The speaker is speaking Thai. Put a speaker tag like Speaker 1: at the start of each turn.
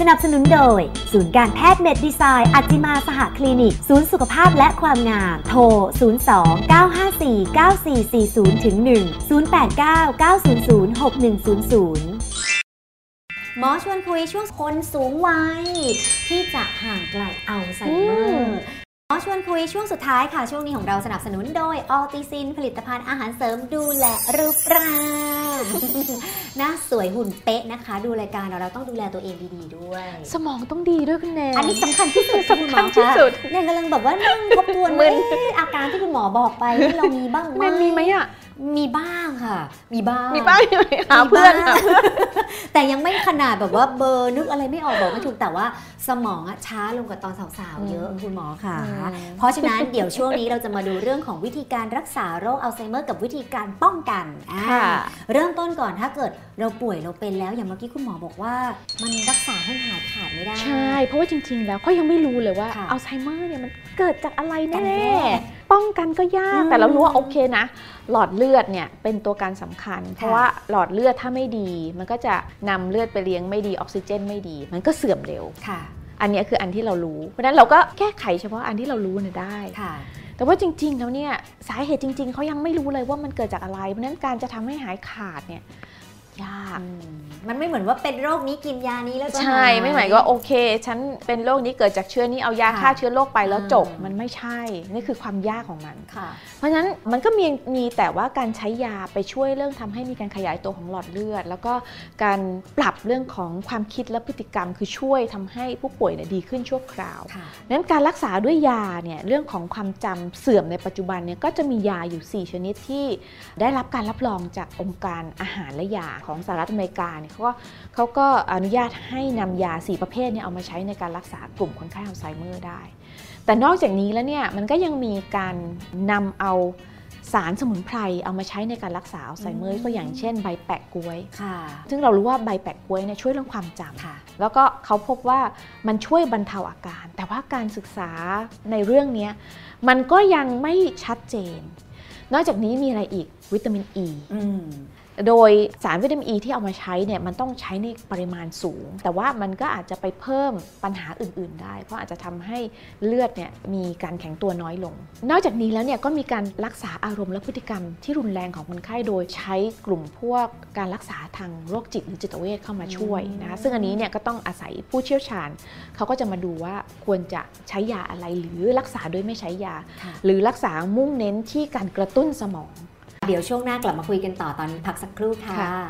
Speaker 1: สนับสนุนโดย ศูนย์การแพทย์เมดดีไซน์อัจจิมาสหคลินิก ศูนย์สุขภาพและความงาม โทร 02 954 9440ถึง1 089 900 6100
Speaker 2: หมอชวนคุยช่วงคนสูงวัยที่จะห่างไกลอัลไซเมอร์หมอชวนคุยช่วงสุดท้ายค่ะ ช่วงนี้ของเราสนับสนุนโดยออติซิน ผลิตภัณฑ์อาหารเสริมดูแลรูปร่าง หน้าสวยหุ่นเป๊ะนะคะ ดูรายการเราเราต้องดูแลตัวเองดีๆด้วย
Speaker 3: สมองต้องดีด้วยคุณแนน
Speaker 2: อันนี้สำคัญที่สุดะณหมอะ
Speaker 3: สำคัญที่สุด
Speaker 2: เนี่ยกำลังแบบว่านั่งทบทวน
Speaker 3: มึน
Speaker 2: เอ๊ะอาการที่คุณหมอบอกไปนี่เรามีบ้างไหม
Speaker 3: แนนมีไหมอ่ะ
Speaker 2: มีบ้างค่ะ มีบ้าง
Speaker 3: มีป้าอยู่ไหมหาเพื่อนหาเพื่อน
Speaker 2: แต่ยังไม่ขนาดแบบว่าเบอร์นึกอะไรไม่ออกบอกไม่ถูกแต่ว่าสมองอะช้าลงกว่าตอนสาวๆ เยอะ
Speaker 3: อืม
Speaker 2: คุณหมอค่ะ
Speaker 3: อืม
Speaker 2: เพราะฉะนั้นเดี๋ยวช่วงนี้เราจะมาดูเรื่องของวิธีการรักษาโรคอัลไซเมอร์กับวิธีการป้องกันอ่าเริ่มต้นก่อนถ้าเกิดเราป่วยเราเป็นแล้วอย่างเมื่อกี้คุณหมอบอกว่า มันรักษาให้หายขาดไม่ได้
Speaker 3: ใช่ เพราะว่าจริงๆ แล้วเขายังไม่รู้เลยว่า
Speaker 2: ค่ะ
Speaker 3: อัลไซเมอร์เนี่ยมันเกิดจากอะไร
Speaker 2: กัน
Speaker 3: แน่
Speaker 2: แน่
Speaker 3: ป้องกันก็ยาก
Speaker 2: อืม
Speaker 3: แต่เรารู้ว่าโอเคนะ หลอดเลือดเนี่ยเป็นตัวการสำคัญ เพราะว่าหลอดเลือดถ้าไม่ดี มันก็จะนำเลือดไปเลี้ยงไม่ดีออกซิเจนไม่ดี มันก็เสื่อมเร็ว
Speaker 2: ค่ะ
Speaker 3: อันเนี้ยคืออันที่เรารู้ เพราะฉะนั้นเราก็แก้ไขเฉพาะอันที่เรารู้เนี่ยได้
Speaker 2: ค่ะ
Speaker 3: แต่ว่าจริงๆ แล้วเนี่ยสาเหตุจริง ๆ เขายังไม่รู้เลยว่ามันเกิดจากอะไร เพราะฉะนั้นการจะทำให้หายขาดเนี่ยยาก
Speaker 2: มันไม่เหมือนว่าเป็นโรคนี้กินยานี้แล้วก็
Speaker 3: ใช่
Speaker 2: าย
Speaker 3: ไม่หมายว่าโอเค ฉันเป็นโรคนี้เกิดจากเชื้อนี้เอายา
Speaker 2: ค่ะ
Speaker 3: ฆ่าเชื้อโรคไปแล้ว
Speaker 2: อ่า
Speaker 3: จบมันไม่ใช่ นี่คือความยากของมัน
Speaker 2: ค่ะ
Speaker 3: เพราะฉะนั้นมันก็มีมีแต่ว่าการใช้ยาไปช่วยเรื่องทำให้มีการขยายตัวของหลอดเลือด แล้วก็การปรับเรื่องของความคิดและพฤติกรรม คือช่วยทำให้ผู้ป่วยเนี่ยดีขึ้นชั่วคราว
Speaker 2: ค่ะ
Speaker 3: นั้นการรักษาด้วยยาเนี่ยเรื่องของความจำเสื่อมในปัจจุบันเนี่ยก็จะมียาอยู่ 4 ชนิดที่ได้รับการรับรองจากองค์การอาหารและยาของสหรัฐอเมริกาเนี่ยเขาก็เขาก็อนุญาตให้นำยา 4 ประเภทเนี่ยเอามาใช้ในการรักษากลุ่มคนไข้อัลไซเมอร์ได้ แต่นอกจากนี้แล้วเนี่ยมันก็ยังมีการนำเอาสารสมุนไพรเอามาใช้ในการรักษาอัลไซเมอร์
Speaker 2: อืม
Speaker 3: ก็อย่างเช่นใบแปะกล้วย
Speaker 2: ค่ะ
Speaker 3: ซึ่งเรารู้ว่าใบแปะกล้วยเนี่ยช่วยเรื่องความจำ
Speaker 2: ค่ะ
Speaker 3: แล้วก็เขาพบว่ามันช่วยบรรเทาอาการ แต่ว่าการศึกษาในเรื่องเนี้ยมันก็ยังไม่ชัดเจน นอกจากนี้มีอะไรอีกวิตามินอ e. ี
Speaker 2: อืม
Speaker 3: โดยสารวิตามินอ e ีที่เอามาใช้เนี่ยมันต้องใช้ในปริมาณสูง แต่ว่ามันก็อาจจะไปเพิ่มปัญหาอื่น ๆ ได้ เพราะอาจจะทำให้เลือดเนี่ยมีการแข็งตัวน้อยลง นอกจากนี้แล้วเนี่ยก็มีการรักษาอารมณ์และพฤติกรรมที่รุนแรงของคนไข้โดยใช้กลุ่มพวกการรักษาทางโรคจิตหรือจิตเวชเข้ามาช่วยนะคะซึ่งอันนี้เนี่ยก็ต้องอาศัยผู้เชี่ยวชาญ เขาก็จะมาดูว่าควรจะใช้ยาอะไรหรือรักษาโดยไม่ใช้ยา
Speaker 2: ค่ะ
Speaker 3: หรือรักษามุ่งเน้นที่การกระตุ้นสมอง
Speaker 2: เดี๋ยวช่วงหน้ากลับมาคุยกันต่อตอนนี้พักสักครู่ค่ะ
Speaker 3: ค่ะ